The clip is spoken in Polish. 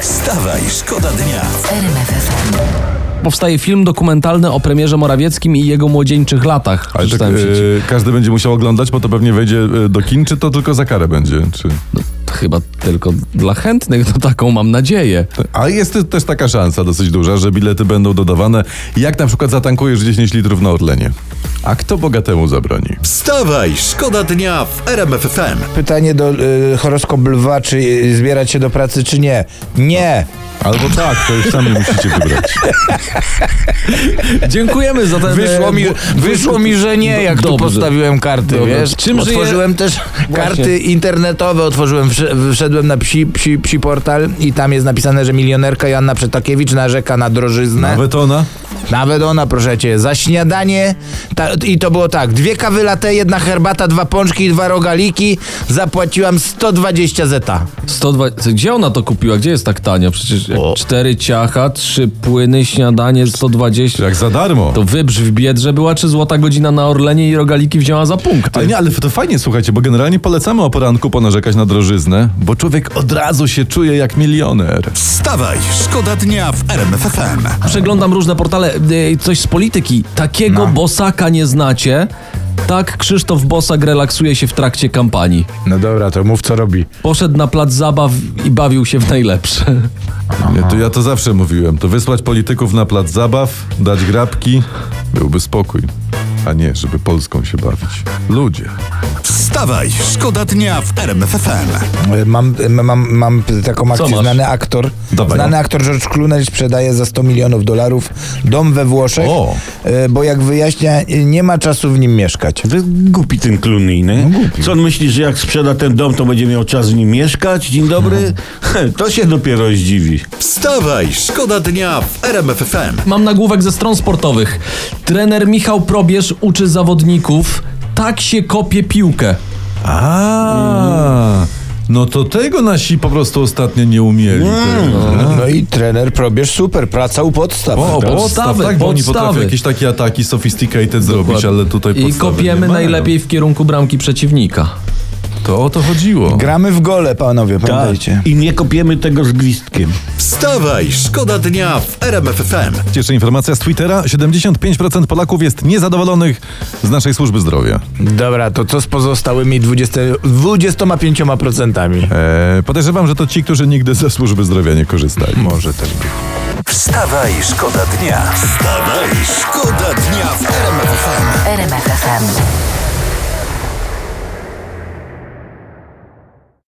Wstawaj, szkoda dnia. Powstaje film dokumentalny o premierze Morawieckim i jego młodzieńczych latach. Ale tak, Przeczytałem w sieci. e, każdy będzie musiał oglądać, bo to pewnie wejdzie e, do kin, czy to tylko za karę będzie? Czy... Chyba tylko dla chętnych, to taką mam nadzieję. A jest te- też taka szansa dosyć duża, że bilety będą dodawane, jak na przykład zatankujesz 10 litrów na Orlenie. A kto bogatemu zabroni? Wstawaj, szkoda dnia w RMFFM. pytanie do y, horoskop lwa, czy y, zbierać się do pracy, czy nie. Nie! Albo tak, to już sami musicie wybrać. Dziękujemy za ten... No. Wyszło mi, e, bu- wyszło mi że nie, jak tu Dobrze. postawiłem karty, Dobrze. wiesz? Czym żyje- otworzyłem też karty internetowe, otworzyłem, wsz- wszedłem na psi, psi, psi portal i tam jest napisane, że milionerka Joanna Przetakiewicz narzeka na drożyznę. Nawet, Nawet ona? ona, proszę cię, za śniadanie ta, i to było tak, dwie kawy latte, jedna herbata, dwa pączki i dwa rogaliki, zapłaciłam 120 zeta. 120... Gdzie ona to kupiła? Gdzie jest tak tanio? Przecież jak O. cztery ciacha, trzy płyny, śniadanie, 120... Jak za darmo. To wybrz w Biedrze była, czy złota godzina na Orlenie i rogaliki wzięła za punkty? Ale nie, ale to fajnie, słuchajcie, bo generalnie polecamy o poranku ponarzekać na drożyznę, bo człowiek od razu się czuje jak milioner. Wstawaj, szkoda dnia w RMFFM. Przeglądam różne portale, y, coś z polityki. Takiego No. bosaka nie znacie? Tak Krzysztof Bosak relaksuje się w trakcie kampanii. No dobra, to mów co robi. Poszedł na plac zabaw i bawił się w najlepsze. Ja to, ja to zawsze mówiłem, to wysłać polityków na plac zabaw, dać grabki, byłby spokój. A nie, żeby Polską się bawić. Ludzie. Wstawaj, szkoda dnia w RMFFM. E, Mam, mam, mam taką akcję. masz? Znany aktor, Dawaj. znany aktor George Clooney sprzedaje za 100 milionów dolarów dom we Włoszech, O. e, bo jak wyjaśnia, e, nie ma czasu w nim mieszkać. To Głupi ten Clooney, nie? Co on myśli, że jak sprzeda ten dom, to będzie miał czas w nim mieszkać? Dzień dobry. To się dopiero zdziwi. Wstawaj, szkoda dnia w RMFFM. Mam nagłówek ze stron sportowych. Trener Michał Probierz uczy zawodników, tak się kopie piłkę. A, no to tego nasi po prostu ostatnio nie umieli. No i trener probierz super, praca u podstaw. O, Podstawy, podstawy, podstaw, tak, bo oni podstawy. potrafią jakieś takie ataki sophisticated zrobić, ale tutaj I No podstawy nie kopiemy mają. najlepiej w kierunku bramki przeciwnika. To o to chodziło. Gramy w gole, panowie, pamiętajcie. I nie kopiemy tego z gwizdkiem. Wstawaj, szkoda dnia w RMFFM. Jeszcze informacja z Twittera. 75% Polaków jest niezadowolonych z naszej służby zdrowia. Dobra, to co z pozostałymi 20, 25%? E, podejrzewam, że to ci, którzy nigdy ze służby zdrowia nie korzystali. Może też być. Wstawaj, szkoda dnia. Wstawaj, szkoda dnia w RMFFM. RMFFM.